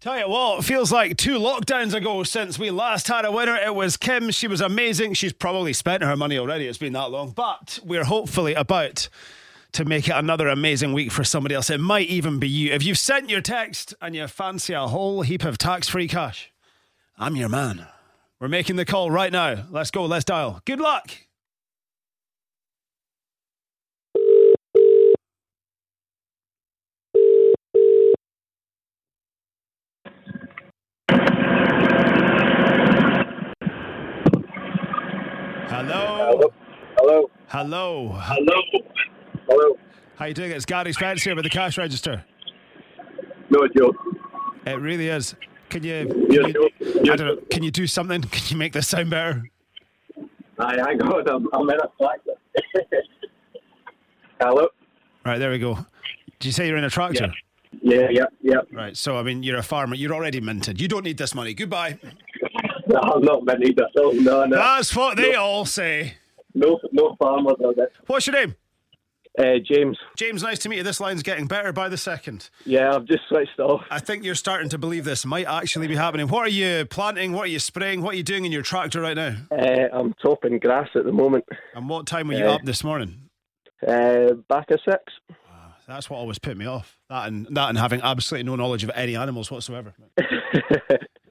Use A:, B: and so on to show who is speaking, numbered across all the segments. A: Tell you what, it feels like two lockdowns ago since we last had a winner. It was Kim. She was amazing. She's probably spent her money already. It's been that long. But we're hopefully about to make it another amazing week for somebody else. It might even be you. If you've sent your text and you fancy a whole heap of tax free cash, I'm your man. We're making the call right now. Let's go. Let's dial. Good luck. Hello.
B: Hello.
A: Hello.
B: Hello. Hello.
A: How you doing? It's Gary Spence here with the cash register.
B: No, it's Joe.
A: It really is. Can you?
B: Yes,
A: Can you,
B: Joe.
A: I
B: Yes.
A: don't know. Can you do something? Can you make this sound better?
B: Hi, hang on. I'm, I'm in a tractor. Hello.
A: Right there we go. Did you say you're in a tractor?
B: Yeah, yeah, yeah.
A: Right. So I mean, you're a farmer. You're already minted. You don't need this money. Goodbye.
B: No, I'm not meant either. So, no,
C: Ah.
B: no.
A: That's what they all say.
B: No, no farmers are there.
A: What's your name?
C: Uh, James,
A: James, nice to meet you. This line's getting better by the second.
C: yeah, I've just switched off.
A: I think you're starting to believe this might actually be happening. What are you planting? What are you spraying? What are you doing in your tractor right now?
C: Uh, I'm topping grass at the moment.
A: And what time were you
C: Uh,
A: up this morning?
C: Uh, back of six.
A: That's what always put me off. That and that and having absolutely no knowledge of any animals whatsoever.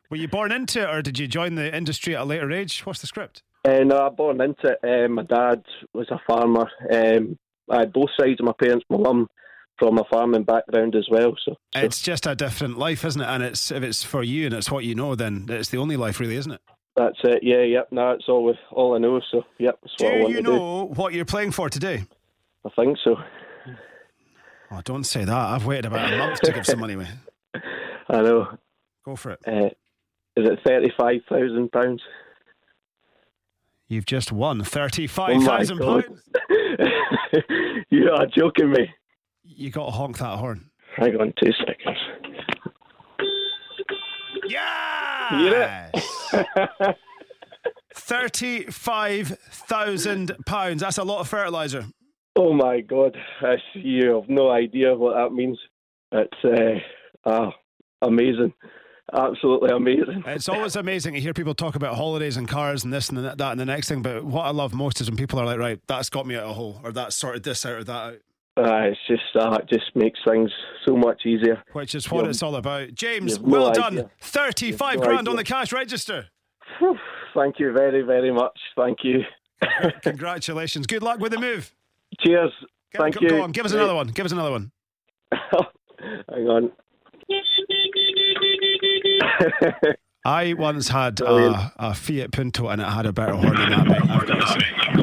A: Were you born into it or did you join the industry at a later age? What's the script?
C: Uh, no, I born into it. Uh, my dad was a farmer. Um, I had both sides of my parents, my mum from a farming background as well. So, so
A: It's just a different life, isn't it? And it's if it's for you and it's what you know, then it's the only life really, isn't it?
C: that's it. Yeah, yep. No, that's all we, all I know. So, yep, that's what I
A: Do
C: want
A: you
C: to do.
A: know what you're playing for today?
C: I think so.
A: Oh, don't say that. I've waited about a month to give some money away.
C: I know.
A: Go for it.
C: Uh, is it thirty-five thousand pounds?
A: You've just
C: Oh
A: won thirty-five thousand pounds.
C: you are joking me.
A: You got to honk that horn.
C: Hang on two seconds.
A: Yeah. Thirty-five thousand pounds. That's a lot of fertilizer.
C: Oh my God, I see you have no idea what that means. It's uh, ah, amazing, absolutely amazing.
A: It's always amazing to hear people talk about holidays and cars and this and that and the next thing. But what I love most is when people are like, "Right, that's got me out of a hole," or "That sorted this out," or "That out,"
C: Ah, it's just ah, it just makes things so much easier.
A: which is what
C: You've-
A: it's all about. James,
C: you've no
A: well
C: idea.
A: done. Thirty-five
C: You've no
A: grand
C: idea.
A: on the cash register.
C: Whew, thank you very very much. Thank you.
A: Congratulations. Good luck with the move.
C: Cheers.
A: Go-
C: thank
A: go,
C: you.
A: Go on, give us another one. Give us another one.
C: Hang on.
A: I once had a, a Fiat Punto and it had a better horn than that. Mate. I've got to say.